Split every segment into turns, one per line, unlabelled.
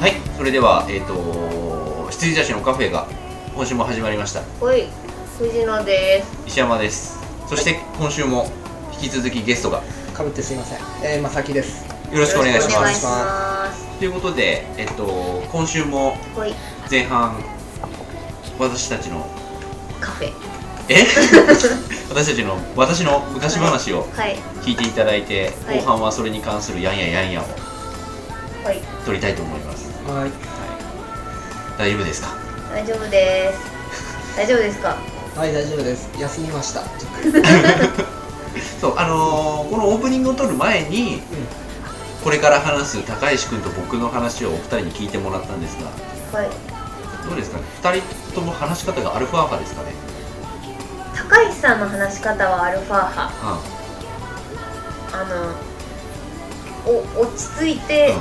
はいそれではえっ、と羊たちのカフェが今週も始まりました
はい、藤野です。
石山ですそして今週も引き続きゲストがよ
かぶってすいません、えー、まさきです
ろしくお願いし
お
ま
願い
す
します。
ということでえっ、と今週も
はい、
前半私たちの
カフェ。
え私たちの私の昔話を
はい、
聞いていただいて、
はい
後半はそれに関するやんややんやを
はい、
撮りたいと思います
はい
大丈夫ですか
大丈夫です。 大丈夫ですか。
はい大丈夫です休みましたちょっと
そうあのーこのオープニングを撮る前にこれから話す高石君と僕の話をお二人に聞いてもらったんですが
はい、
どうですかね二人とも話し方がアルファーファですかね
高橋さんの話し方はアルファ派。
う
あの。お、落ち着いて
ん、、うん、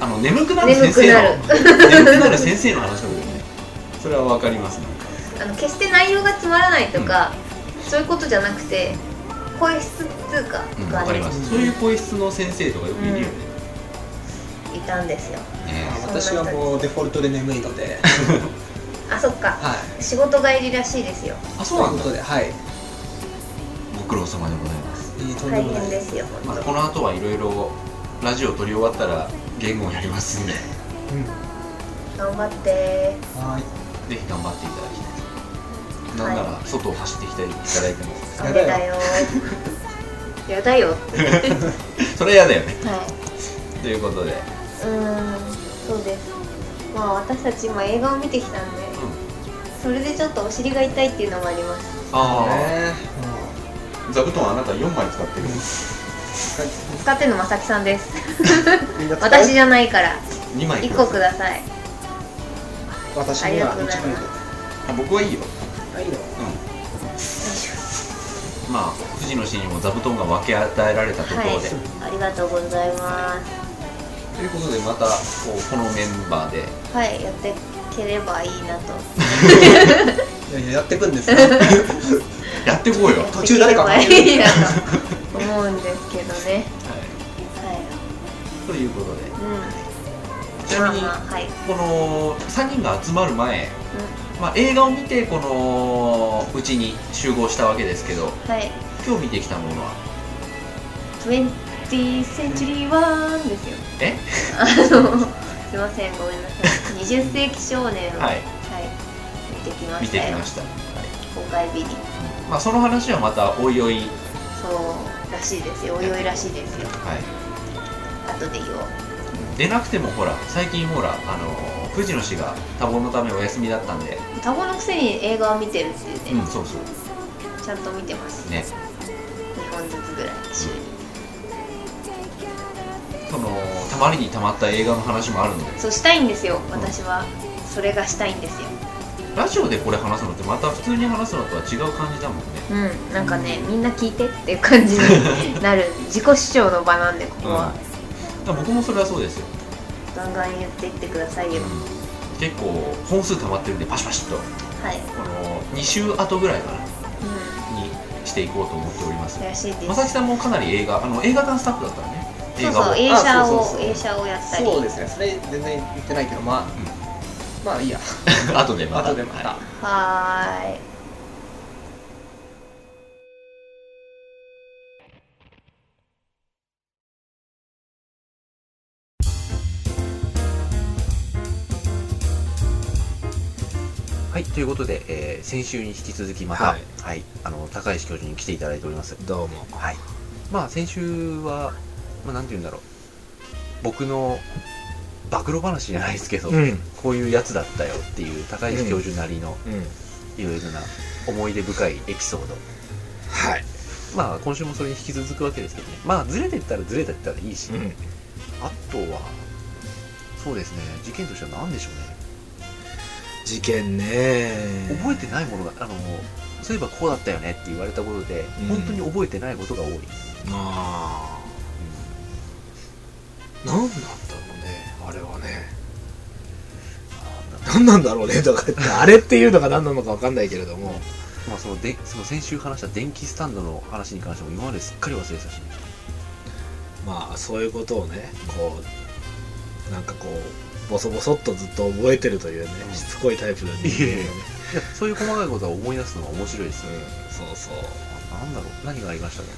あの眠くなる先生の
眠
眠くなる先生の話だもんねそれはわかりますね
あの、決して内容がつまらないとか、そういうことじゃなくて。声質っていうか、
うん
が
わかり
ね
ま、
う
す
ん
そういう声質の先生とかよくいるよね、
いたんですよ。
ね
あ私はもうデフォルトで眠いので
あ、そっか。
はい
仕事帰りらしいですよ。
あ
と
そう
いう
なん
こ
だ
とではい、
ご苦労様でございます
いいとんで
大
もない
変ですよ。
まあ、
本当
この後はいろいろラジオ撮り終わったら言語をやりますんで
うん
頑張って。
は
ぜひ頑張っていただきたいなんなら外を走ってきていただいても、
ダメだよ。やだよ。
それ嫌だよね
はい。
ということで、うん、
うーん、そうです。まあ私たち今映画を見てきたんで、それでちょっとお尻が痛いっていうのもあります。
あ
い
あ、
ね
座布団あなた4枚使ってる
使ってるのまさきさんです。
もうみんな使う
私じゃないから、
2枚
一
く
個
だ
く
さい
ださい。
私には
ありがとうございます
あ僕はいいよ
1枚ではいいの
まあ藤野氏にも座布団が分け与えられたところ
は
で、
い、ありがとうございます。
ということでまたこうこのメンバーで
はい、やってければいいなと。
いやいややってくんですか
やっていこうよ、はい
途中誰か
やってければいいな と思うんですけどね。は
ということで
い、う
ち
ん。ま
な
あ
みに
まあはい。
この3人が集まる前、まあ、映画を見てこのうちに集合したわけですけど
はい。
今日見てきたものは
20th Century One ですよ。
え
あの、すいません、ごめんなさ い。20世紀少年
は
を、
い
はい見てきま
見
してた
き
よ
ま。した、はい
公開日に。
まあ、その話はまたおいおい、はい、
そう、らしいですよ。おいおいらしいですよ。後で言おう。
出なくてもほら最近ほらあの藤野氏が多忙のためお休みだったんで
タコのくせに映画を見てるっていう
う
ね、
んそうそう
ちゃんと見てます。
ね
2本ずつぐらい、週に。
そのたまりにたまった映画の話もあるので
そうしたいんですよ、私は。それがしたいんですよ。
ラジオでこれ話すのってまた普通に話すのとは違う感じだもんね
うん、なんかね、みんな聞いてっていう感じに なる。自己主張の場なんで、ここは。
だから僕もそれはそうですよ、
ガンガン言っていってくださいよ。
うん、結構本数たまってるんでパシパシっと
はい。
この2週後ぐらいかな
う
にしていこうと思っております
ん。らしいです
ま。さきさんもかなり映画あの映画館スタッフだったらね映
そう
画
そ
を
う、映写
あそうそう
を、
そう
映写をやったり。
そうですねそれ全然言ってないけどまあ、まあいいや
後でまた
後でまた、
はい
はーい。
はいということで、えー先週に引き続きまた、は
はいい
あの高石教授に来ていただいております
どうも
はいまあ先週は、まあ、なんて言うんだろう僕の暴露話じゃないですけど、
うん
こういうやつだったよっていう高石教授なりの
うん
いろいろな思い出深いエピソード
はい
まあ今週もそれに引き続くわけですけどねまあずれてったらずれてったらいいし、
ん
あとはそうですね事件としては何でしょうね
事件ね
覚えてないものがあのそういえばこうだったよねって言われたことで、
うん
本当に覚えてないことが多い、うん
ああなんなんだろうねあれはねなんなんだろうねとか言ってあれっていうのが何なのかわかんないけれども
まあ、そのでその先週話した電気スタンドの話に関しても今まですっかり忘れてたし、
まあそういうことをねこうなんかこうボソボソっとずっと覚えてるというねしつこいタイプの人間をね、
いやそういう細かいことは思い出すのが面白いですよね
うん、そうそう
なんだろう何がありましたかね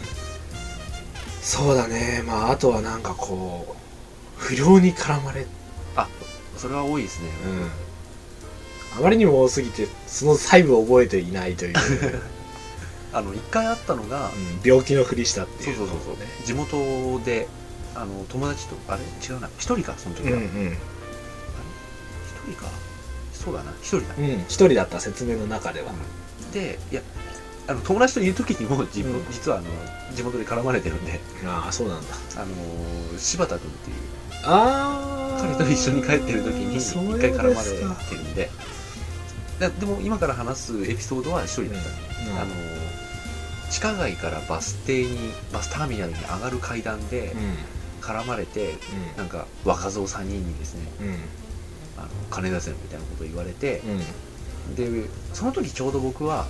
そうだねまああとはなんかこう不良に絡まれ
それは多いですね、
うんあまりにも多すぎてその細部を覚えていない という、
あの一回あったのが、
うん病気のふりしたって
そ
いう
そ
う
うそうそう地元であの友達とあれ違うな一人かその時
う
は
んう
一、
ん
人かそうだな一人だ、
うん一人だった説明の中では
でいやあの友達といる時にも自分、
うん
実はあの地元で絡まれてるんで
ああそうなんだ
あの柴田君っていう
ああ
彼と一緒に帰ってる時に一回絡まれてるんでででも今から話すエピソードは一人だった、あの地下街からバス停にバスターミナルに上がる階段で
うん
絡まれて、なんか若造3人にですね
うん
あの金出せみたいなこと言われて、
うんうん
でその時ちょうど僕は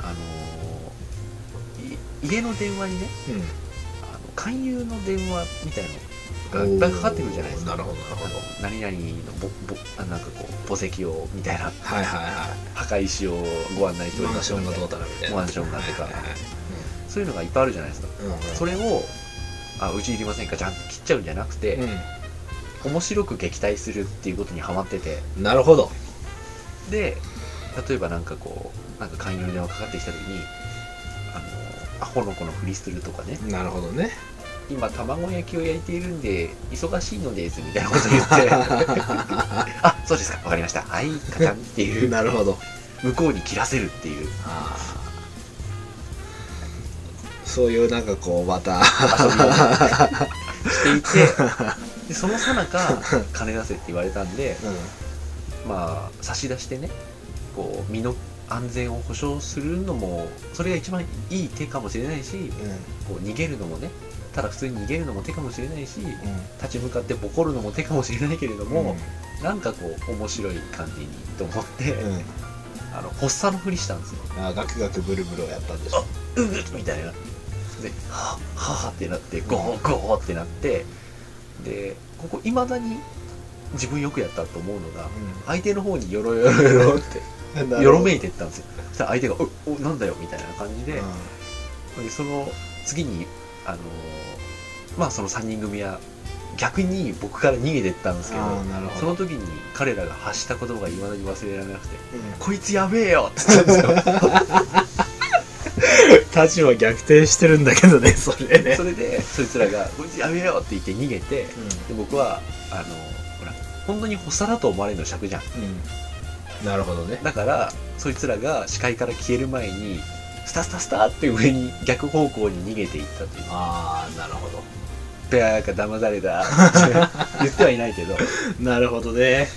あのーい家の電話にねあの勧誘の電話みたいなのがいっぱいかかってくるじゃないですか
おーなるほどなるほど
あの何々のぼぼあなんかこう墓石をみたいな
はいはいは
墓石をご案内して
い
おり
マ
ま
ン
す
ションがどうたらみたいな
マンションがとか
はいはいはい
そういうのがいっぱいあるじゃないですか
うんうん
それをあうちいりませんかじゃんと切っちゃうんじゃなくて、面白く撃退するっていうことにハマってて
うんなるほど
で例えばなんかこうなんか勧誘の電話かかってきた時にあのアホの子のふりするとかね
なるほどね
今卵焼きを焼いているんで忙しいのですみたいなこと言 ってあそうですかわかりましたはいカチャンっていう
なるほど
向こうに切らせるっていう
あーそういうなんかこうまた
遊びをしていてでそのさなか金出せって言われたんで
う
まあ差し出してねこう身の安全を保証するのもそれが一番いい手かもしれないし
んうん
こう逃げるのもねただ普通に逃げるのも手かもしれないし立ち向かってボコるのも手かもしれないけれども、なんかこう面白い感じにと思って、
うん、うん、
あの発作のふりしたんですよ
あガクガクブルブルをやったんでしょ
うぐっみたいなではぁはぁってなってゴーゴーってなってでここいまだに自分よくやったと思うのが相手の方によろよろよろって
うん
よろめいてったんですよそしたら相手が「おおなんだよ」みたいな感じで
う,、
でその次にあのーまあその3人組は逆に僕から逃げてったんですけど
あーなるほど
その時に彼らが発した言葉がいまだに忘れられなくて「
ん、
こいつやべえよ」って言ったんですよ
立場逆転してるんだけどねそれね
それでそいつらが「こいつやめろ!」って言って逃げてで僕はあのほら本当に補佐だと思われるの尺じゃん
うんなるほどね
だからそいつらが視界から消える前にスタスタスタって上に逆方向に逃げていったという
ああなるほど
ペアか騙された って言ってはいないけど
なるほどね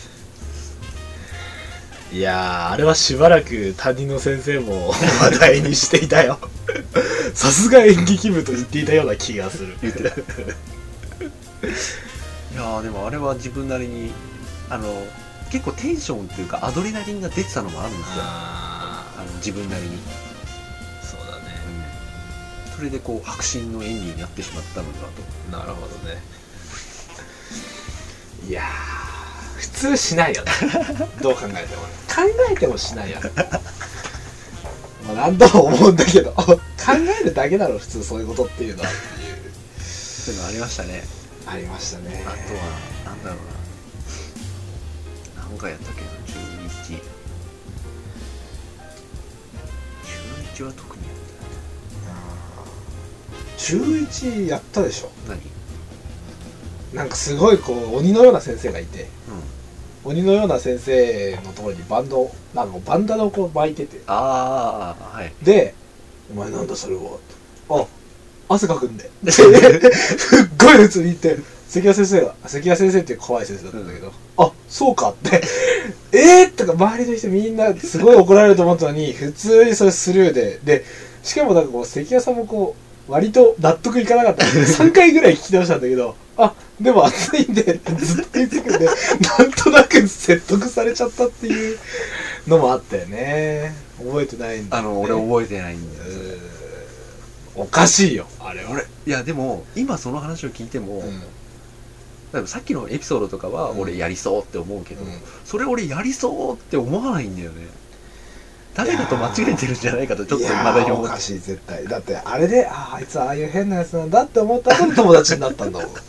いやーあれはしばらく担任の先生も 話題にしていた よさすが演劇部と言っていたような気がする
言ってたいやーでもあれは自分なりにあの結構テンションっていうかアドレナリンが出てたのもあるんですよ
あ
あの自分なりに、
あそうだね
それでこう迫真の演技になってしまったのだと
なるほどねいやー普通しないよ ねどう考えてもね考えてもしないよねまあ何度も思うんだけど考えるだけだろ普通そういうことっていうのは
そういうのありましたね
ありましたね
あとはなんだろうな何回やったっけな11 11は特にやっ
中1やったでしょ
た何
なんかすごいこう鬼のような先生がいて
うん
鬼のような先生のところにバンドなんかバンダナをこう巻いてて
ああはい
で「お前なんだそれは」と「あ汗かくん で」すっごい普通に言って関谷先生が関谷先生っていう怖い先生だったんだけど「あそうか」って「えっ!」とか周りの人みんなすごい怒られると思ったのに普通にそれスルーででしかもなんかこう関谷さんもこう割と納得いかなかった3回ぐらい聞き直したんだけどあでも暑いんでってずっと言ってくんでなんとなく説得されちゃったっていうのもあったよね覚えてないんだ
あ
よね
の俺覚えてないんだよ
うーんおかしいよあれは
俺いやでも今その話を聞いても、
うん
だからさっきのエピソードとかは
うん
俺やりそうって思うけど、
うん
それ俺やりそうって思わないんだよね誰かと間違えてるんじゃないかとちょっと
いやー
まだ思
お
っ
かしい絶対だってあれであーあいつああいう変なやつなんだって思ったから友達になったんだもん
覚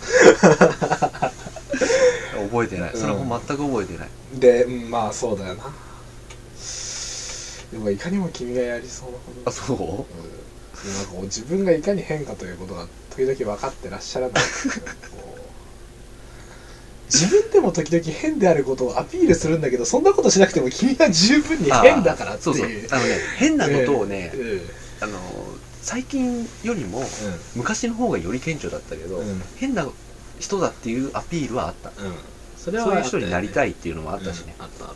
えてない、それはもう全く覚えてない
でうんまあそうだよなでもいかにも君がやりそうなこと
あそ
うん、なんかこう自分がいかに変かということが時々分かってらっしゃ らないこう自分でも時々変であることをアピールするんだけどそんなことしなくても君は十分
う
に変だから
あ
っ
ー
て
そうそう
いう
あのね変なことをね、
うん
あの最近よりも昔の方がより顕著だったけど、
うん
変な人だっていうアピールはあった
うんそれ
そういう人になりた
い
いっていうのもあったしね、
あったあっ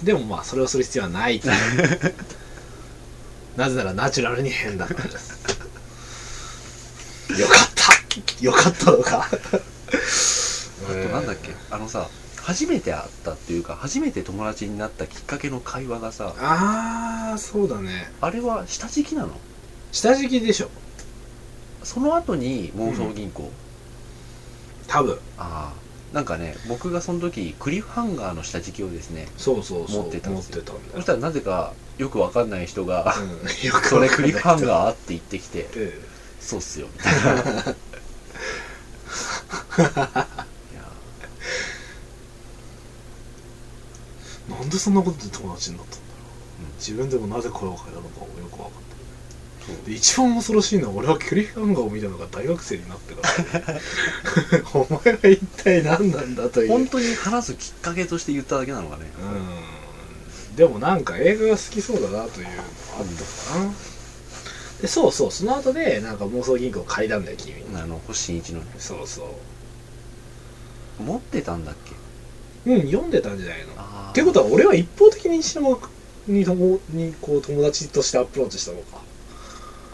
たでもまあそれをする必要は ないなぜならナチュラルに変だからですよかったよかったのか
あとなんだっけあのさ初めて会ったっていうか初めて友達になったきっかけの会話がさ
ああそうだね
あれは下敷きなの
下敷きでしょ
その後に妄想銀行、
多分
ああなんかね僕がその時クリフハンガーの下敷きをですね
そうそうそう
持ってたん
持
で
っ
す
て
よ
たんだ
そしたらなぜかよくわかんない 人が
うん、よく
「 それクリフハン
ー
ガー?」って言ってきて「そうっ すよ」みたいないや
なんでそんなことで友達になったんだろう、
うん
自分でもなぜ声を変えたのかもよく分かって
そう
ないで一番恐ろしいのは俺はクリフハンガーを見たのが大学生になってから でお前は一体何なんだという
本当に話すきっかけとして言っただけなのかね、
うんでもなんか映画が好きそうだなというのがあったかな、でそうそうその後でなんか妄想銀行借りたんだよ君に、
あの星新一の
そうそ
持ってたんだっけ
ううん読んでたんじゃないの
ああ
ってことは俺は一方的に下にともにこう友達としてアプローチしたのか、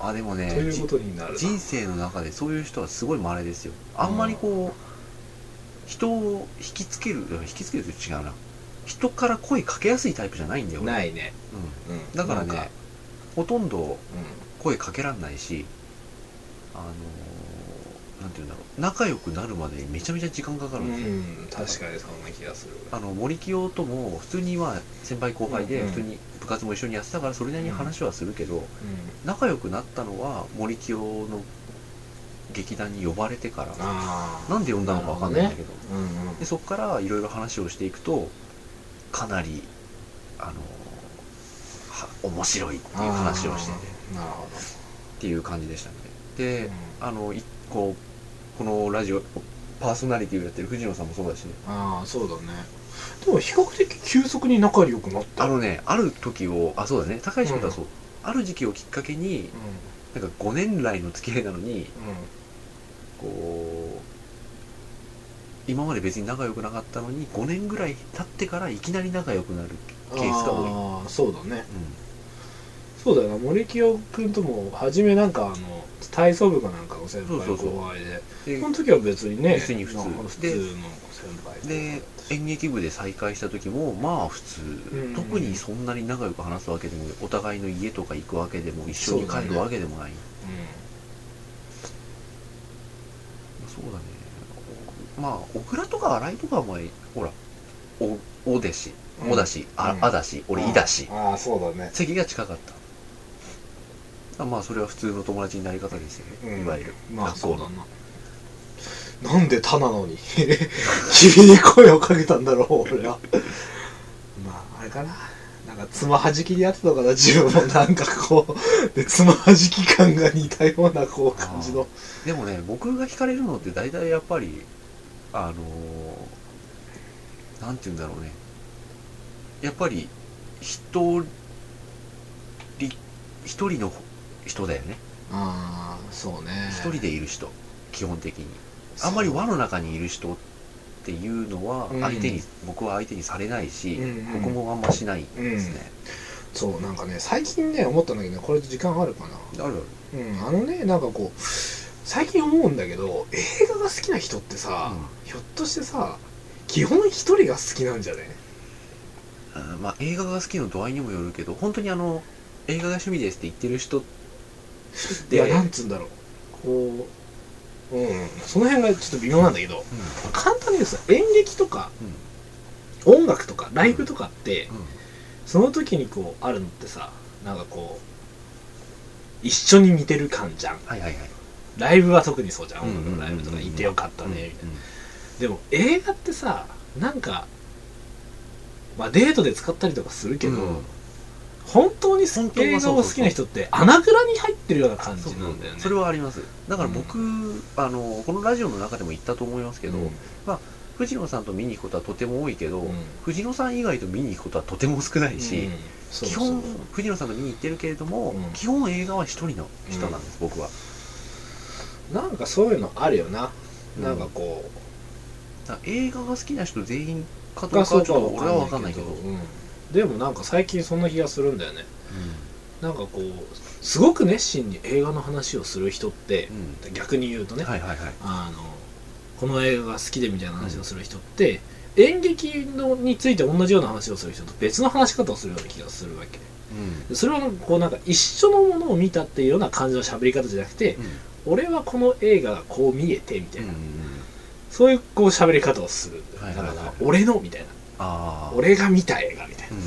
あでもね
ということになるな
じ人生の中でそういう人はすごい稀ですよあんまりこう人を引きつけるいや引きつけると違うな人から声かけやすいタイプじゃないんだよ俺
ないね、
う
うん
ん、だから
なん
ねほとんど
う
声かけらんないしあのーなんて言うんだろう仲良くなるまでめちゃめちゃ時間かかるん
ん、
ですよ、
うん、確かにそんな気がする
あの森清とも普通には先輩後輩で
うんうん
普通に部活も一緒にやってたからそれなりに話はするけど、仲良くなったのは森清の劇団に呼ばれてから
ああ
なんで呼んだのかわかんないんだけど
うんうん
でそこからいろいろ話をしていくとかなりあのは面白いっていう話をしてて
あーなるほ
っていう感じでしたね
ど、
で
うん、
あの一個このラジオパーソナリティをやってる藤野さんもそうだしね
ああそうだねでも比較的急速に仲良くなった
あのねある時をあそうだね高橋君とはそう、ある時期をきっかけになんか5年来の付き合いなのに
うんうん
こう今まで別に仲良くなかったのに5年ぐらい経ってからいきなり仲良くなるケースが多い、うん、
ああそうだねそうだよな森清君とも初めなんかあの体操部かなんかの先輩
そうそうそう
後輩で
で
その時は別にね
別に普通
なんか普通の先輩
で演劇部で再会した時もまあ普通、
うん
特にそんなに仲良く話すわけでもお互いの家とか行くわけでも一緒に帰るわけでもないそうだねまあ小倉とか新井とかはまあほらおおでし
うん
おだし、あ
うん
あだし俺いだし
ああそうだね
席が近かったあまあそれは普通の友達になり方ですよね、
うん
いわゆる
まあ
学校
そう
の
だななんで他なのに 君に声をかけたんだろう俺はまああれかななんかつまはじきでやってたのかな自分もなんかこうでつまはじき感が似たようなこう感じの
でもね僕が惹かれるのって大体やっぱりあのーなんて言うんだろうねやっぱり一人一人の人だよね
ああそうね
一人でいる人基本的にあんまり輪の中にいる人っていうのは
うん
相手に、僕は相手にされないし、
うんうん
僕もあんましないですね、
そうなんかね最近ね思ったんだけどねこれ時間あるかな
あるある
うんあのねなんかこう最近思うんだけど映画が好きな人ってさ、ひょっとしてさ基本一人が好きなんじゃね
うんまあ映画が好きの度合いにもよるけど本当にあの映画が趣味ですって言ってる人って
いやなんつうんだろうこううん、その辺がちょっと微妙なんだけど、
うん
簡単に言うとさ演劇とか音楽とかライブとかってその時にこうあるのってさなんかこう一緒に見てる感じゃん
はいはいはい
ライブは特にそうじゃん
うん
音楽のライブとか
うん
いてよかったねみたいな
うんうん
でも映画ってさなんかまあデートで使ったりとかするけど、
うん
本当に
本当は
映画
そうそうそ
を
う
好きな人って穴蔵に入ってるような感じ
そう
なんだよね
それはありますだから僕、あのこのラジオの中でも言ったと思いますけど、
うん
藤野さんと見に行くことはとても多いけど、
うん
藤野さん以外と見に行くことはとても少ないし、
うんそう
基
そう
本藤野さんと見に行ってるけれども、
うん
基本映画は一人の人なんです、僕は
なんかそういうのあるよな、
うん
なんかこう
だから映画が好きな人全員かどう
が
か
そ
は
う
ち
か
ょっと
は
俺は分かんないけど、
うんでもなんか最近そんな気がするんだよねなんかこうすごく熱心に映画の話をする人って
うんうん
逆に言うとね、
はいはいはい
あのこの映画が好きでみたいな話をする人って、演劇のについて同じような話をする人と別の話し方をするような気がするわけでそれはこうなんか一緒のものを見たっていうような感じの喋り方じゃなくて
うん
俺はこの映画がこう見えてみたいな、
うん
そういうこう喋り方をするんだよ、
はいはいはい
だから俺のみたいな
ああ
俺が見た映画みたいな
うん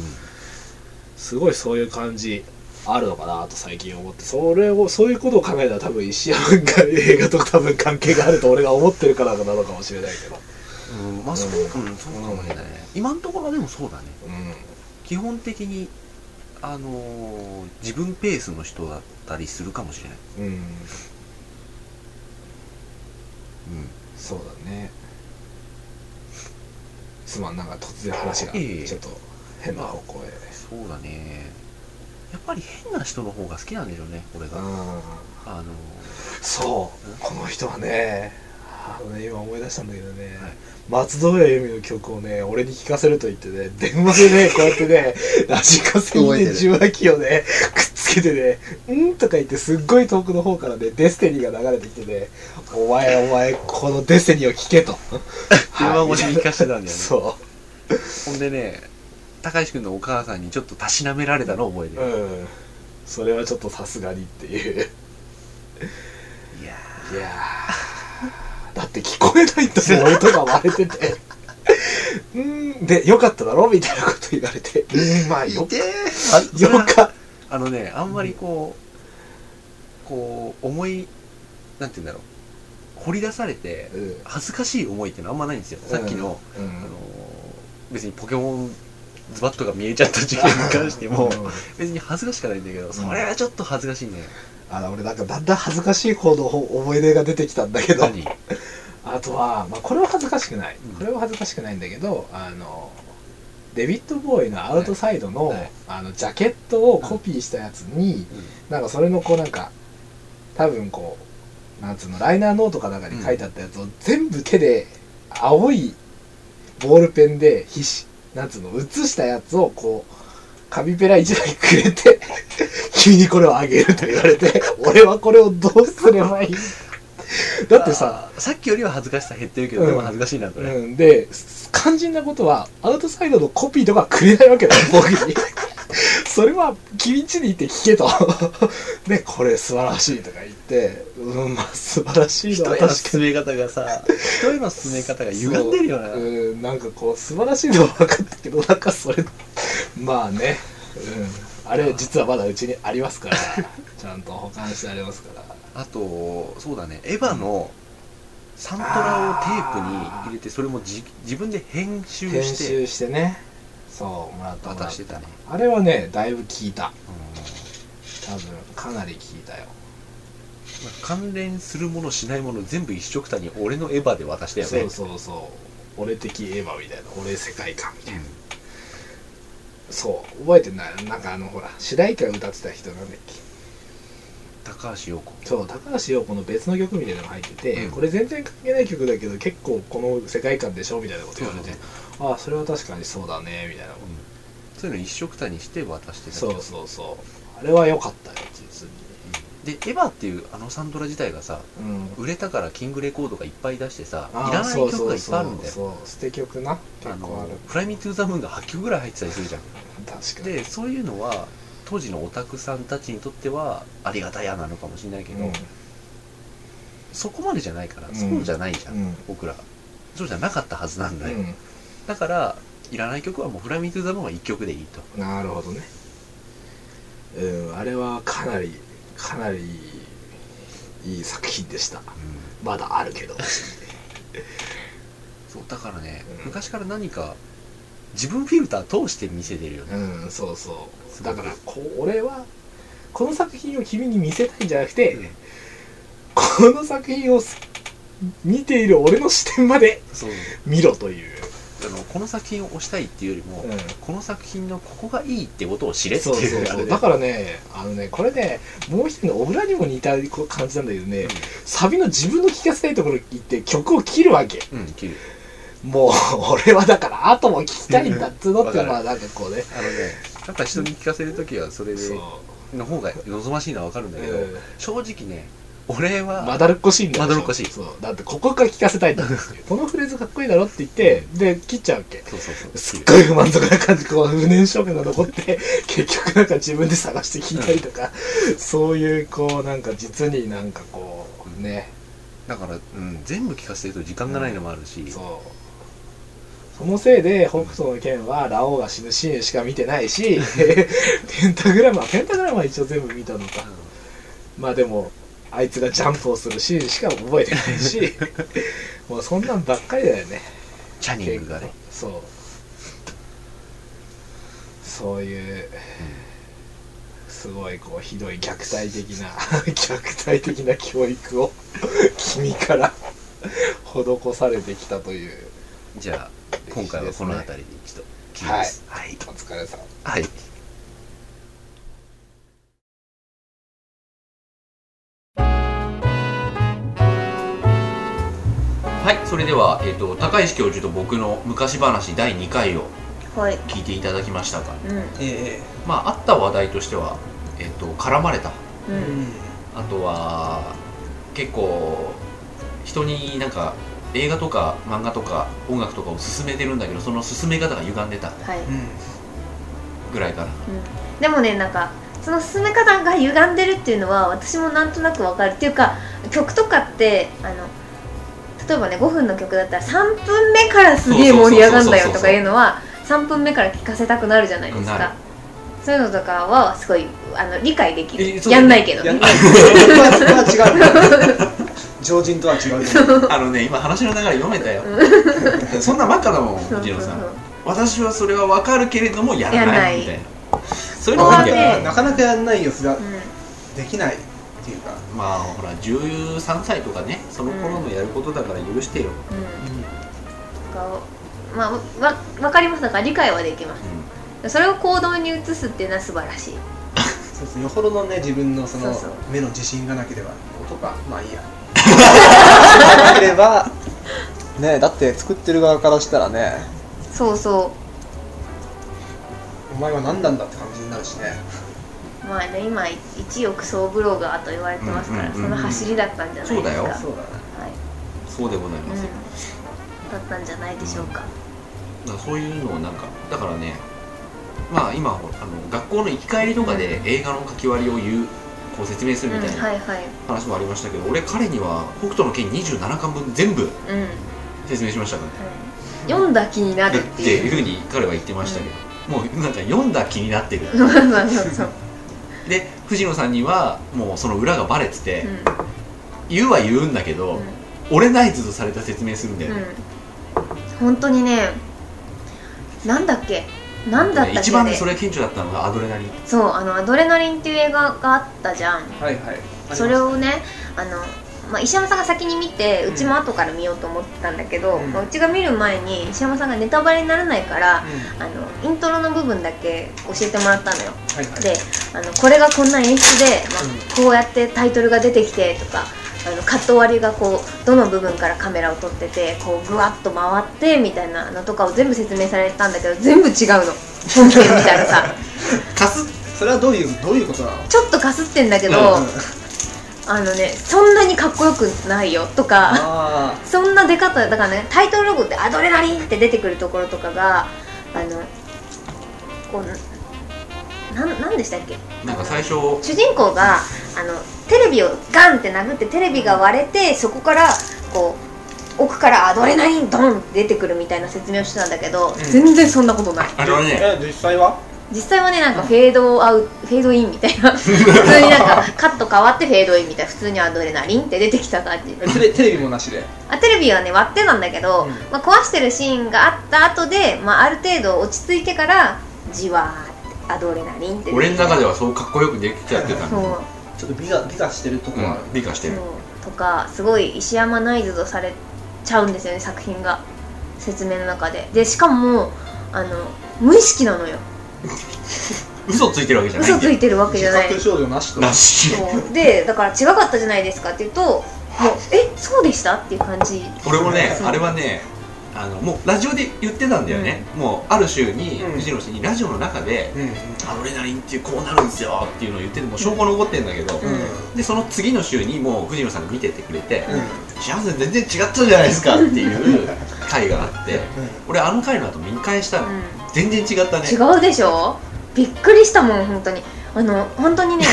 すごいそういう感じあるのかなと最近思ってそれをそういうことを考えたら多分石山君が映画と多分関係があると俺が思ってるからなのかもしれないけど
うんまあそう,、うんそうかもしれないね今のところはでもそうだね
うん
基本的にあのー自分ペースの人だったりするかもしれない、
うんそうだねすまんなんか突然話が
いえいえ
ちょっと変な方向へ
そうだねやっぱり変な人の方が好きなんでしょうね俺が、
うん
あの
そうこの人はねあのね今思い出したんだけどね、
はい
松任谷由実の曲をね俺に聴かせると言ってね電話 でねこうやってねラジカセに
覚えて
ね
る
受話器をねくっつけてね「うん?」とか言ってすっごい遠くの方からねデスティニーが流れてきてね「お前お前このデスティニーを聴け」と
電話越しに聞かせてたんだよね
そう
ほんでね高橋君のお母さんにちょっとたしなめられたのを覚えてる、
うんそれはちょっとさすがにっていう
いやー
いやーだって聞こえないんだもん音が割れててうーんでよかっただろみたいなこと言われてうんまあよ
痛え
よ
それは
かっ
あのねあんまりこう、こう思いなんて言うんだろう掘り出されて
うん
恥ずかしい思いっていうのはあんまないんですよ、さっきの、
う
あの
ん
ー別にポケモンズバッとが見えちゃった事件に関しても
うん
別に恥ずかしくないんだけどそれはちょっと恥ずかしいね、
あの俺なんかだんだん恥ずかしい方の思い出が出てきたんだけど
何
あとは、まあ、これは恥ずかしくない
うん
これは恥ずかしくないんだけどあのデビッド・ボーイのアウトサイドの,、
はいはい
あのジャケットをコピーしたやつに、なんかそれのこうなんか多分こうなんつうのライナーノートかなんかに書いてあったやつを全部手で青いボールペンでひしなんつうの写したやつをこう紙ペラ一枚くれて 君にこれをあげると言われ て俺はこれをどうすればいいだってさ
あーさっきよりは恥ずかしさ減ってるけど、
うん
でも恥ずかしいなこれ、
うん、で肝心なことはアウトサイドのコピーとかくれないわけだ よ僕に それは君んちに行って聞けと ねこれ素晴らしいとか言ってうんまあ素晴らしい
人
のは
への
確か
進め方 がさ人への進め方が歪んでるよな、
にうんなんかこう素晴らしいのは分かったけどなんかそれまあね、うん、あれ実はまだうちにあります からちゃんと保管してありますから
あとそうだねエヴァのサントラをテープに入れてそれもじ自分で編集
編
して
集してねそうもらったもら
渡
っ
してたね、
あれはねだいぶ聞いた
うん
多分かなり聞いたよ
まあ関連するものしないもの全部一緒くたに俺のエヴァで渡したよね
そうそうそう俺的エヴァみたいな俺世界観みたいな、そう覚えてないなんかあのほら主題歌歌ってた人なんだっけ
高橋洋子
そう高橋陽子の別の曲みたいなのが入ってて、
うん
これ全然関係ない曲だけど結構この世界観でしょみたいなこと言われて
そう
ああそれは確かにそうだねみたいなこと、
そういうの一緒くたにして渡してたけ
そ
ど
うそうそうあれは良かったよ実に
でエヴァっていうあのサントラ自体がさ
うん
売れたからキングレコードがいっぱい出してさ
ああ
いらない
そう
曲がいっぱいあるんだよ
そうそうそう捨て曲な
あ
結構あ
の
る
フライミートゥーザムーンが8曲ぐらい入ってたりする じゃん
確かに
でそういうのは当時のオタクさんたちにとってはありがたやなのかもしれないけど、
うん
そこまでじゃないから、
うん
そうじゃないじゃん、
うん
僕らそうじゃなかったはずなん
う
だよ、
ん
だからいらない曲はもう「フラミング・ザ・ムーン」は1曲でいいと
なるほどねうんあれはかなりかなりいい作品でしたまだあるけど
そうだからね、
うん
昔から何か自分フィルター通して見せてるよね、
うんそうそう
す
だ
ごく
からこ俺はこの作品を君に見せたいんじゃなくて、
うん
この作品をす見ている俺の視点まで
そう
見ろという、
あのこの作品を推したいっていうよりも、
うん、
この作品のここがいいってことを知れって
そう
いう
そう
あ
そ
れ
う
で
だからねあのねこれねもう一人のオブラにも似た感じなんだけどね、
うん
サビの自分の聴かせたいところに行って曲を切るわけ
うん切る
もう俺はだから後も聴きたいんだっつうの ってまあなんかこうね
あのねやっぱ人に聞かせるときはそれで
そう、
の方が望ましいのはわかるんだけど、
うん
正直ね俺は、
まだるっこしいんだよ
まだるっこしい
そうだってここから聴かせたいんだもんこのフレーズかっこいいだろって言ってで切っちゃうわけ
そうそうそう
すっ
切る
ごい不満足な感じこう不燃焼が残って 結局なんか自分で探して聞いたりとか、そういうこうなんか実になんかこうね、
だから、うん、全部聞かせてると時間がないのもあるし、
そうそのせいで北斗の剣はラオウが死ぬシーンしか見てない しペンタグラムはペンタグラムは一応全部見たのかまあでもあいつがジャンプをするシーンしか覚えてない しもうそんなんばっかりだよね
チャニングがね
そうそういう、すごいこうひどい虐待的な 虐待的な教育を君から 施されてきたという
じゃあ今回はこの辺りで一度切りますはい
お疲れさん
はい
はい、それでは、えっと高石教授と僕の昔話第2回を
はい
聞いていただきましたが、
うん
え
まあ、あった話題としては、えっと絡まれた
う
えうんん
あとは結構人になんか映画とか漫画とか音楽とかを勧めてるんだけどその勧め方が歪んでた
はい、
うん
ぐらいか な
でもねなんかその進め方が歪んでるっていうのは私もなんとなくわかるっていうか曲とかってあの例えばね5分の曲だったら3分目からすげえ盛り上がんだよとかいうのは3分目から聴かせたくなるじゃないです
な
か
る
そういうのとかはすごいあの理解でき
え
る、
そうだ
や
よ
ん
ね
ないけど
やん
ね
ないそれは違う常人とは違うと思う
あのね今話の流れ読めたよ そんなばっかだもんジロさん私はそれは分かるけれどもやら
やら
な
ないい
みたいなそういう
こ
の
こ
がいいん
は
だよ
ね
なかなかやんないよそれは
うん
できないっていうか
まあほら13歳とかねその頃のやることだから許してよ、
うんとかをまあわわかりますだから理解はでき
う
ま
ん
すそれを行動に移すっていうのは素晴らしい
そうですねよほどのね自分のその
そうそう
目の自信がなければとかまあいい やなければ
ねだって作ってる側からしたらね
そうそう
お前は何なんだって感じになるしね
まあね、今一億総ブロガーと言われてますか
うん
ら、
うんうん
その走りだったんじゃないですか
そうだよ
はい
そうだね
そうでございますよ、
うん、だったんじゃないでしょう
だ
か、
からそういうのをなんかだからねまあ今ほあの学校の行き帰りとかで映画の書き割りを言うこう説明す
うん
るみたい
は
ない
はい
話もありましたけど、俺彼には北斗の拳27巻分全部
うん、はい
説明しましたからね
読んだ気になるっ
ってて
い
いう
う
ふうに彼は言ってましたけど、もうなんか読んだ気になってる
そうそうそう、
で藤野さんにはもうその裏がバレてて、
うん
言うは言うんだけど、
うん
俺ナイズとされた説明するんだよね、
うん、本当にねなんだっけなんだったっけ、ね、
一番ねそれが顕著だったのがアドレナリン
そうあの「アドレナリン」っていう映画があったじゃん
はいはい
それをねあの、まあ、石山さんが先に見てうちも後から見ようと思ってたんだけど、
うん
まあ、うちが見る前に石山さんがネタバレにならないから、あのイントロの部分だけ教えてもらったのよ
はいはい
であのこれがこんな演出で、まあ
う
こうやってタイトルが出てきてとかあのカット割りがこうどの部分からカメラを撮っててこうぐわっと回ってみたいなのとかを全部説明されたんだけど全部違うの本編みたいなさ
かすそれはどういうどういうことなの
ちょっとかすってんだけど、
うん
あのねそんなにかっこよくないよとか
あ
そんな出方だからねタイトルロゴって「アドレナリン」って出てくるところとかがあのこうなんなんでしたっけ
なんか最初
主人公があのテレビをガンって殴ってテレビが割れてそこからこう奥からアドレナリンドンって出てくるみたいな説明をしてたんだけど、全然そんなことない
あれはね
え実際は
実際はねなんかフェードアウトフェードインみたい な普通になんかカット変わってフェードインみたいな普通にアドレナリンって出てきた感じ
えテレテレビもなしで
あテレビはね割ってたんだけど、
うん
まあ、壊してるシーンがあった後で、まあ、ある程度落ち着いてからじわーってアドレナリンって
俺の
で
中ではそうかっこよくできちゃってた
そう
の
ちょっと美が美化してると
う
こがある、
ん美化してる
そうとかすごい石山ナイズとされちゃうんですよね作品が説明の中ででしかもあの無意識なのよ
嘘ついてるわけじゃない
嘘
ん
つ
だよ
いてるわけじゃない
自覚症状なしと
なし
そうでだから違かったじゃないですかって言うともうえそうでしたっていう感じ
俺もね
そう
あれはねあのもうラジオで言ってたんだよね、もうある週に
うん
藤野氏にラジオの中で
うんうん
「アドレナリンってこうなるんですよ」っていうのを言ってるもう証拠残ってんだけど、
うん
でその次の週にもう藤野さんが見ててくれて
うん
「幸せ全然違ったじゃないですか」っていう回があって俺あの回の後見返した
う
の
ん
全然違ったね
違うでしょびっくりしたもん本当にあの本当にね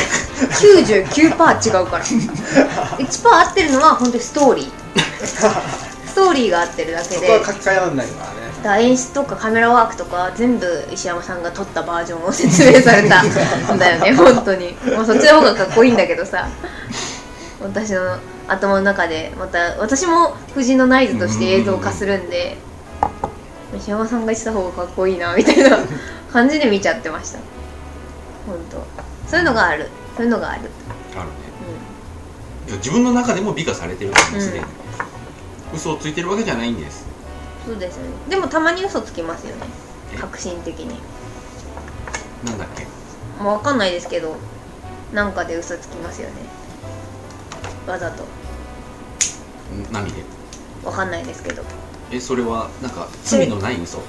99%違うから 1%合ってるのは本当にストーリーストーリーが合ってるだけ
そ
で
こは書き換えられないからね
だから演出とかカメラワークとか全部石山さんが撮ったバージョンを説明されたんだよね本当にもうそっちの方がかっこいいんだけどさ私の頭の中でまた私も藤のナイズとして映像化するんで石山さんがした方がかっこいいなみたいな感じで見ちゃってました本当そういうのがあるそういうのがある
あるね自分の中でも美化されてるんですね、嘘をついてるわけじゃないんです
そうですよねでもたまに嘘つきますよね革新的に
なんだっけ
もう分かんないですけどなんかで嘘つきますよねわざと
ん何で
分かんないですけど
えそれはなんか罪のない嘘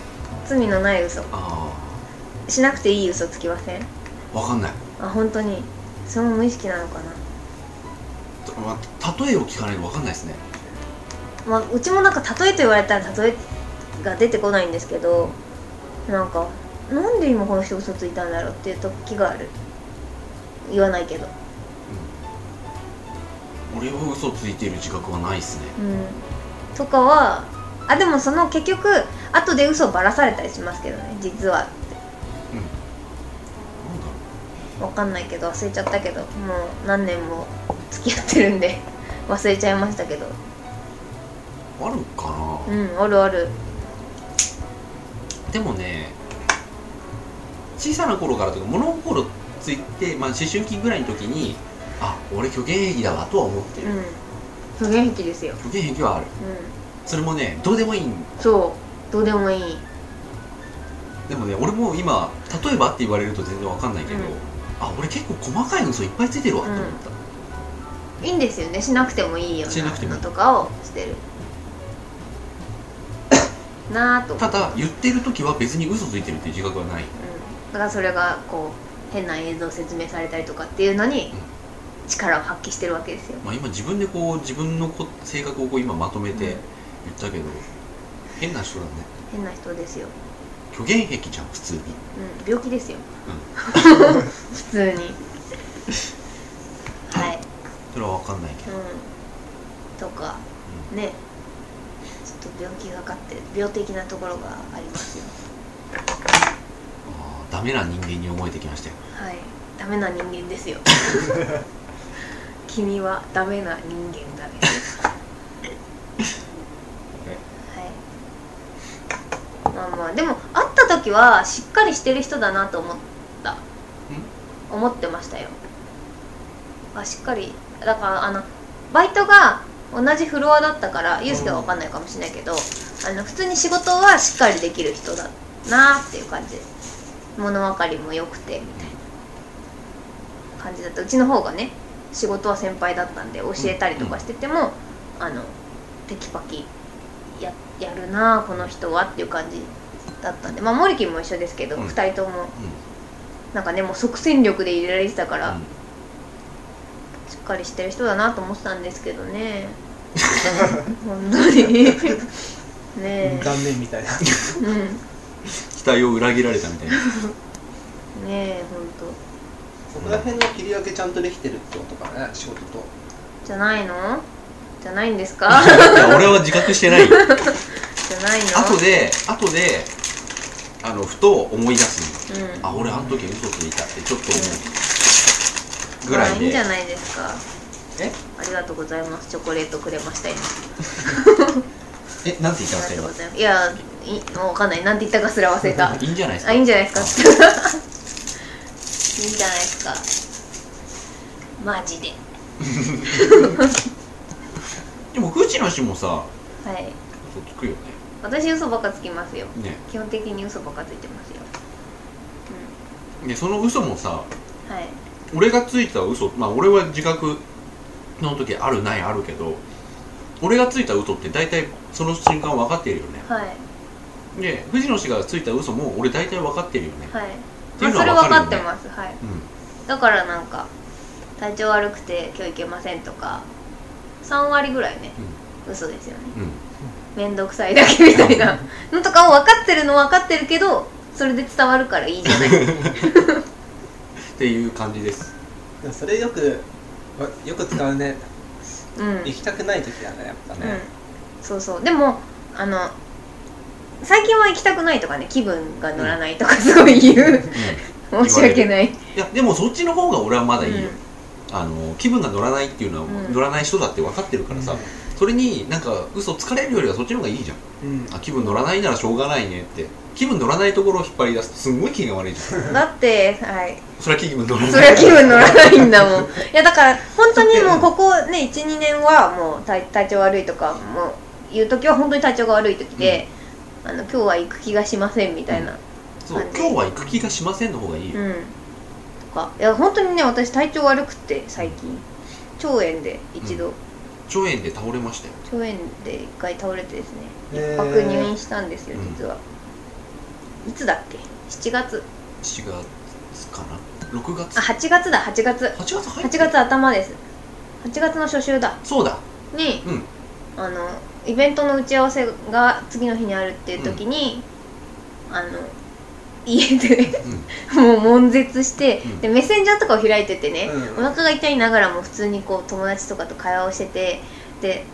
罪のない嘘
あ
しなくていい嘘つきません
あわかんない
あ本当にそれも無意識なのかな
たま例えを聞かないとわかんないですね
まあうちもなんか例えと言われたら例えが出てこないんですけどなんかなんで今この人嘘ついたんだろうっていう時がある言わないけど
俺は嘘ついてる自覚はないですね
うんとかはあでもその結局後で嘘ばらされたりしますけどね実は
なんだろ
わかんないけど忘れちゃったけどもう何年も付き合ってるんで 忘れちゃいましたけど
うあるかな、
うんあるある
でもね小さな頃からというか物心ついて、まあ、思春期ぐらいの時にあ俺虚言癖だわとは思って
う
る、
ん不元気ですよ
虚言癖はある
うん
それもねどうでもいいん
そうどうでもいい
でもね俺も今例えばって言われると全然わかんないけど、
うん
あ俺結構細かい嘘いっぱいついてるわって思った、
いいんですよねしなくてもいいよ
しなくてもいい
のとかをし てるなぁと、うん、だ
ただ言ってる時は別に嘘ついてるっていう自覚はない
からそれがこう変な映像を説明されたりとかっていうのに力を発揮してるわけですよ
まあ、今自分でこう自分のこ性格をこう今まとめて言ったけど、変な人だね
変な人ですよ、
虚言癖じゃん普通に
うん、病気ですよ、 普通にはい
それは分かんないけど
うんとかねちょっと病気がかって病的なところがありますよ
あーダメな人間に思えてきましたよ
はいダメな人間ですよ君はダメな人間だねはいまあまあでも会った時はしっかりしてる人だなと思った思ってましたよあしっかりだからあのバイトが同じフロアだったからユースケは分かんないかもしれないけどあの普通に仕事はしっかりできる人だなっていう感じ物分かりも良くてみたいな感じだったうちの方がね仕事は先輩だったんで教えたりとかしてても、あのテキパキややるなあこの人はっていう感じだったんでまあモリキンも一緒ですけど、
うん
2人とも、なんかねもう即戦力で入れられてたから、
うん
しっかりしてる人だなと思ってたんですけどね 本当にねえ
残念みたいな
うん
期待を裏切られたみたいな
ねえほんと
そこら辺の切り分けちゃんとできてるってことかね仕事と
じゃないのじゃないんですか
いや俺は自覚して ない
じゃないの
後で後であのふと思い出す
うん
のあ俺あの時嘘ついたってちょっと思うぐら
ま
い
あいいんじ
で
ゃないですか
え
ありがとうございますチョコレートくれました今
えなんて言ったん
あ
で
り
す
がとう
か
ございますいやいもうわかんないなんて言ったかすら忘れた
今いいんじゃないですか
あいいんじゃないですか いいんじゃないですかマジで
でもフチの氏もさ
はい
嘘つくよね
私嘘ばっかつきますよ
ね
基本的に嘘ばっかついてますよ
でその嘘もさ
うんはい
俺がついた嘘まあ俺は自覚の時あるないあるけど俺がついた嘘って大体その瞬間分かってるよね
はい
で藤野氏がついた嘘も俺大体分かってるよね
はい
ってい
まあ
うの
そ
は
れ
分
分
かるよ
か
ね
ってますはい
うん
だからなんか体調悪くて今日行けませんとか3割ぐらいね、嘘ですよね
うん
面倒くさいだけみたいなのとかを分かってるの分かってるけどそれで伝わるからいいじゃない
っていう感じです
でもそれよくわよく使うね
うん、うん
行、きたくない時だねやっぱね、
そうそうでもあの最近は行きたくないとかね気分が乗らないとかすごい言う、申し訳ない
いやでもそっちの方が俺はまだいいよ、
うん
あの気分が乗らないっていうのは、
うん
乗らない人だって分かってるからさ、それになんか嘘つかれるよりはそっちの方がいいじゃん
うん
あ気分乗らないならしょうがないねって気分乗らないところを引っ張り出すとすんごい気が悪いじゃん
だってはい
それは気分乗らない
それは気分乗らないんだもん いやだから本当にもうここね12年はもう体体調悪いとかもういう時は本当に体調が悪い時で、あの今日は行く気がしませんみたいな
そう今日は行く気がしませんの方がいい
うん、
よ、
とかいや本当にね私体調悪くて最近腸炎で一度、
腸炎で倒れましたよ
腸炎で一回倒れてですね
え
一
ー
泊入院したんですよ
うん
実は、いつだっけ7月
7月かな6月
あ8月だ8月
8月入っ
8
て
月頭です8月の初週だ
そうだ
に、
うん
あのイベントの打ち合わせが次の日にあるっていう時に、あの家で もう悶絶して、
うん
でメッセンジャーとかを開いててね、
うん
お腹が痛いながらも普通にこう友達とかと会話をしててで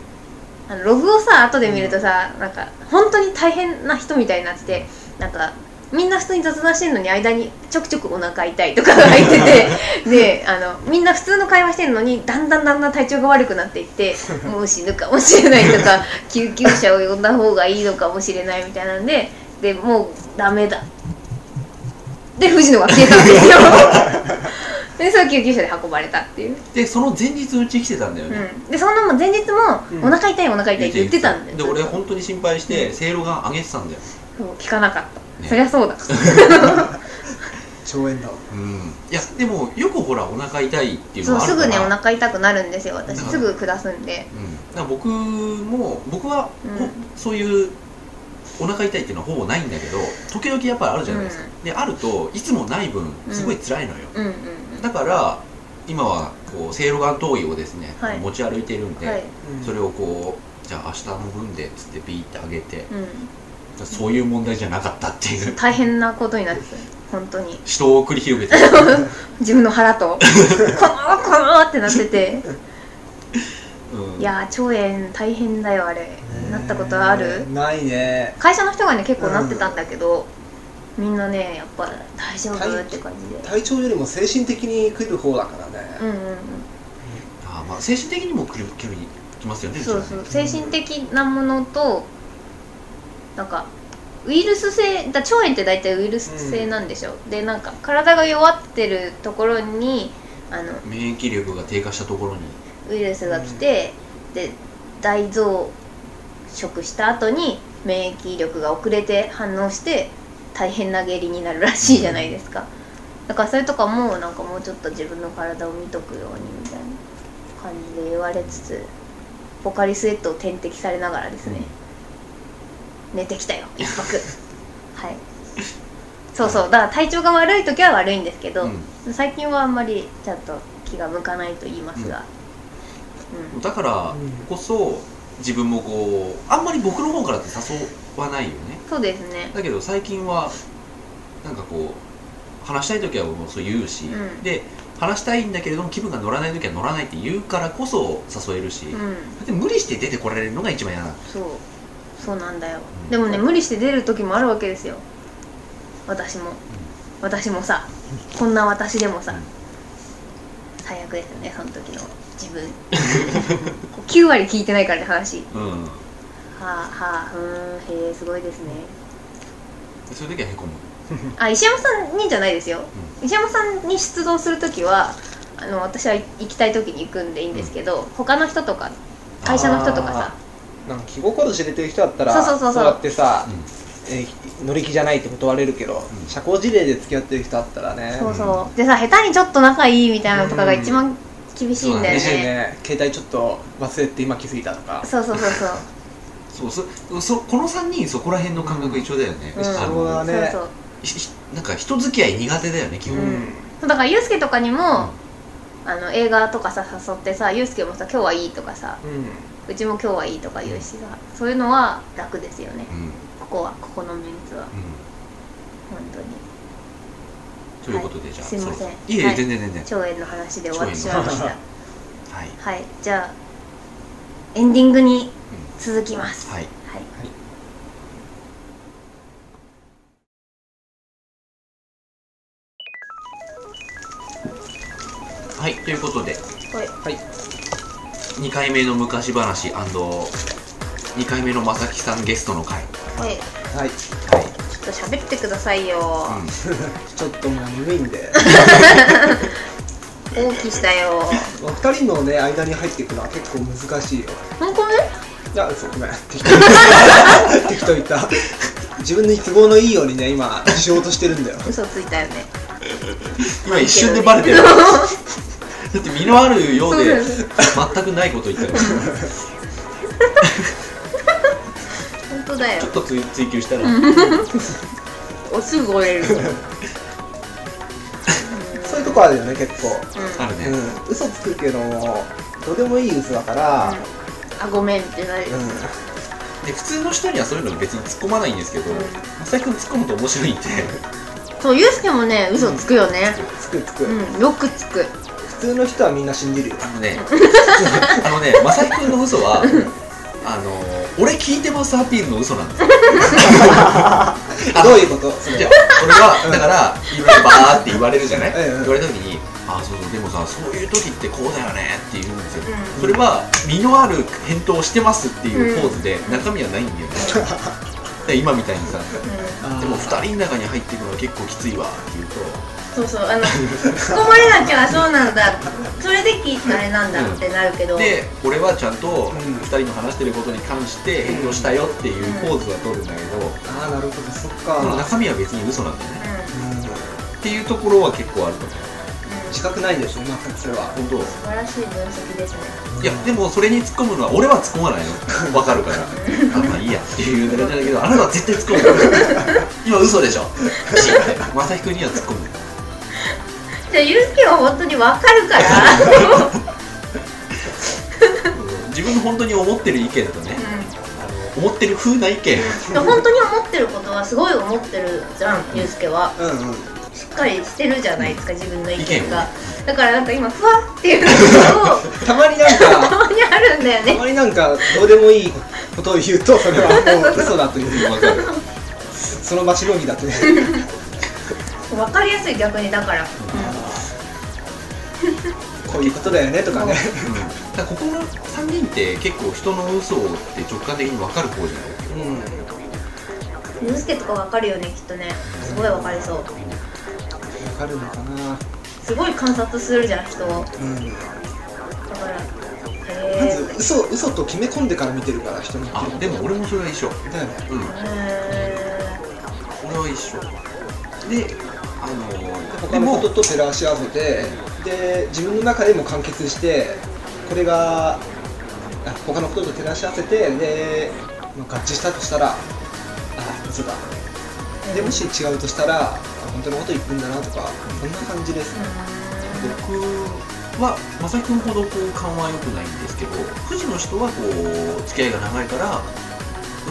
あのログをさ後で見るとさ、なんか本当に大変な人みたいになっててなんかみんな普通に雑談してんのに間にちょくちょくお腹痛いとかが入って てであのみんな普通の会話してんのにだんだんだんだん体調が悪くなっていってもう死ぬかもしれないと か救急車を呼んだ方がいいのかもしれないみたいなんででもうダメだで藤野が消えたんですよ でそれは救急車で運ばれたっていう、
でその前日うち来てたんだよね、
うん、でそんなもん前日もお腹痛いお腹痛いって言ってたんだよ
で俺本当に心配してせいろが上げてたんだよ
そう聞かなかった、
ね
そりゃそうだ
腸炎だわ
うんいやでもよくほらお腹痛いっていうの
そう
はあ
す
る
ぐ
から
ねお腹痛くなるんですよ私
うん
すぐ下すんで
うん、だから僕も僕は、
うん
ほそういうお腹痛いっていうのはほぼないんだけど時々やっぱりあるじゃないですか、であるといつもない分すごい辛いのよ、
うんうんうん
だから今はこうセいろがん投与をですね、
はい
持ち歩いてるんで、
はい
うん
それをこうじゃあ明日の分でっつってビーってあげて
うん
そういう問題じゃなかったっていう
大変なことになってた本当に
死闘を繰り広げ て
自分の腹 とこのこのってなってて
うん
いやー腸炎大変だよあれなったことある
ないね
会社の人がね結構なってたんだけど、みんなねやっぱ大丈夫って感じで
体調よりも精神的に来る方だからね、
うんうんうん
あーまあ、精神的にも来る来る来ますよね
そう
ち
そ
は
う
ね
精神的なものとなんかウイルス性だ腸炎って大体ウイルス性なんでしょ、でなんか体が弱ってるところにあの
免疫力が低下したところに
ウイルスが来て、で大増殖した後に免疫力が遅れて反応して大変な下痢になるらしいじゃないですか、だからそれとかもなんかもうちょっと自分の体を見とくようにみたいな感じで言われつつポカリスエットを点滴されながらですね、寝てきたよ一泊はいそうそうだから体調が悪い時は悪いんですけど、
うん
最近はあんまりちゃんと気が向かないと言いますが、うん
だからこそ自分もこうあんまり僕の方からって誘わないよね
そうですね
だけど最近はなんかこう話したい時はもうそう言うし、
うん
で話したいんだけれども気分が乗らない時は乗らないって言うからこそ誘えるし、
う
だ
ん
って無理して出てこられるのが一番嫌なの
そうそうなんだよでもね無理して出る時もあるわけですよ私も私もさこんな私でもさ最悪ですよねその時の自分 9割聞いてないからね話
うん
はあはあうーんへえすごいですね
そういう時はへこむ
あ石山さんにじゃないですよ、石山さんに出動する時はあの私は行きたい時に行くんでいいんですけど、他の人とか会社の人とかさ
なんか気心知れてる人だったら
そうそうそうそう
やってさ、
うん
えー乗り気じゃないって断れるけど、
ん
社交辞令で付き合ってる人だったらね
そうそうでさ下手にちょっと仲いいみたいなのとかが一番厳しいんだよ
嬉しい
ね、
ね携帯ちょっと忘れて今気づいたとか
そうそうそうそう
そうそそこの3人そこら辺の感覚一緒だよね、
うん
あ
そ
の
うだね
そうそう
ひひなんか人付き合い苦手だよね基
う
本、
んだからユうスケとかにも、あの映画とかさ誘ってさユうスケもさ「今日はいい」とかさ
う
「
ん
うちも今日はいい」とか言うしさそういうのは楽ですよね
うんうん
ここはここのメンツは本当に
ということで、じゃあ
すいま
そ
せん
ろそろいえいえ、
はい
全然全然
腸炎の話で終わってしまいました
はい
はいじゃあエンディングに続きます、
はい
はい
はいということで
これ
2回目の昔話 &2 回目のまさきさんゲストの回
これ
はい
ちょっと喋ってくださいよ、
ちょっともう眠いん で
大きした よ
お二人のね間に入っていくのは結構難しいよ
本当ね
いや嘘ごめん適当言った適当言った自分に都合のいいようにね今しようとしてるんだよ
嘘ついたよね
今一瞬でバレ てるだって身のあるようで全くないこと 言ったから
本当だよ
ちょっと追追求したら
おす ぐ折れる
そういうとこあるよね結構
あるね、
うん嘘つくけどどうでもいい嘘だから、
あごめんってなる、
うん
で普通の人にはそういうの別に突っ込まないんですけどまさきくん突っ込むと面白いんで
そうゆうすけもね嘘つくよね
つくつく、
うん、よくつく
普通の人はみんな信じるよ
あのねあのねまさきくんの嘘はあの俺聞いてますアピールの嘘なんですよあ
どういうことそれ
じゃあ俺はだからいろいろバーって言われるじゃない
うんうん
言われた時にあそうそうでもさそういう時ってこうだよねって言うんですよ、
う
それは身のある返答してますっていうポーズで中身はないんだよね、で今みたいにさ
うん
でも2人の中に入っていくのは結構きついわって言うと
そうそうあの突っ込まれなきゃそうなんだそれで聞いたあれなんだってなるけど、
で俺はちゃんと
ん
2人の話してることに関して返答したよっていうポーズは取るんだけど、
ああなるほどそっ
この
か、
中身は別に嘘なんだよね
う
うん、
っていうところは結構あると思う
自覚ないでしょ全くそれは
本当
ん、素晴らしい分析ですね
いやでもそれに突っ込むのは俺は突っ込まない のわかるからあまあいいやっていう感じだけどあなたは絶対突っ込むよ今嘘でしょピシッてまさひくんには突っ込む
じゃあゆうすけは本当にわかるから
自分の本当に思ってる意見とねあの思ってる風な意見
うん、本当に思ってることはすごい思ってるじゃん、ゆうすけは
うんうん
しっかりしてるじゃないですか自分の意見が
意
だからなんか今ふわっていうのを
たまになん か
たまにあるんだよ
た
ね
まになんかどうでもいいことを言うとそれはもう嘘だというふうに
わかる
その場しのぎだとね
わかりやすい逆にだから、
こういうことだよねとかね
だからここの3人って結構人の嘘って直感的に分かる方じゃない
うん
ゆうすけとかわかるよねきっとねすごいわかりそう
わかるのかな
すごい観察するじゃん人を
うん
だから
ま
へ
ず嘘嘘と決め込んでから見てるから人に言って
あでも俺もそれは一緒
るだよね
うん
えへ
俺は一緒であの
他の人と照らし合わせてで自分の中でも完結してこれがあ他のことと照らし合わせてでまあ合致したとしたらあ嘘だでもし違うとしたらあ本当のこと言ってんだなとかそんな感じですね
僕はまさきくんほどこう勘は良くないんですけど富士の人はこう付き合いが長いから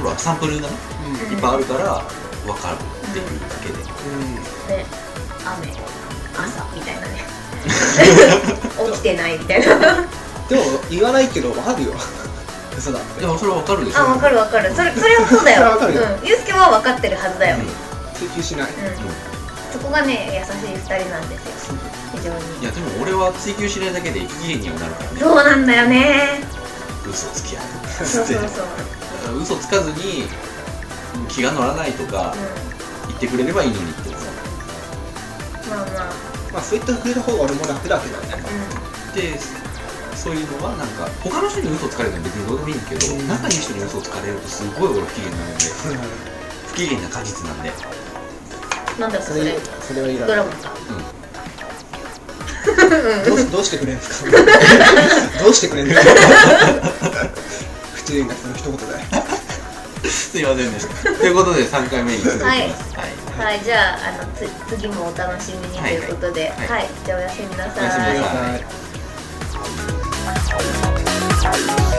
ほらサンプルがね
うん
いっぱいあるから分かるっていうだけで
うん
えね雨朝みたいな ね起きてないみたいな
でも言わないけどわかるよ嘘だって
いやそれはわかるでしょ
あわかるわかるそれそれはそうだよ
それはわかるよ
うん、ゆうすけは分かってるはずだよ、うん
追求しない
そこがね優しい2人なんですよ非常
い
に
やでも俺は追求しないだけで不機嫌にはなるからね
そうなんだよね
嘘つきや
そうそうそう、うん、
嘘つかずに気が乗らないとか言ってくれればいいのにってさ
まあまあ
まあそう言ってくれた方が俺も楽だけどね
う
でそういうのはなんか他の人に嘘つかれるのは別にどうでもいいんだけど、仲いい人に嘘つかれるとすごい俺不機嫌になるんで不機嫌な果実なんで
んなんだろう
そ
それ
れそれはいいだ
ドラ
ろ
ゴンさん
どうしどうしてくれ んすかどうしてくれんすか 不注意なその一言だよ
すいませんでした ということで3回目に続きます、
はい
はい
はいじゃああのつ次もお楽しみにということでは、
はいいはい
じゃあおやすみなさ
おやすみなさい
はい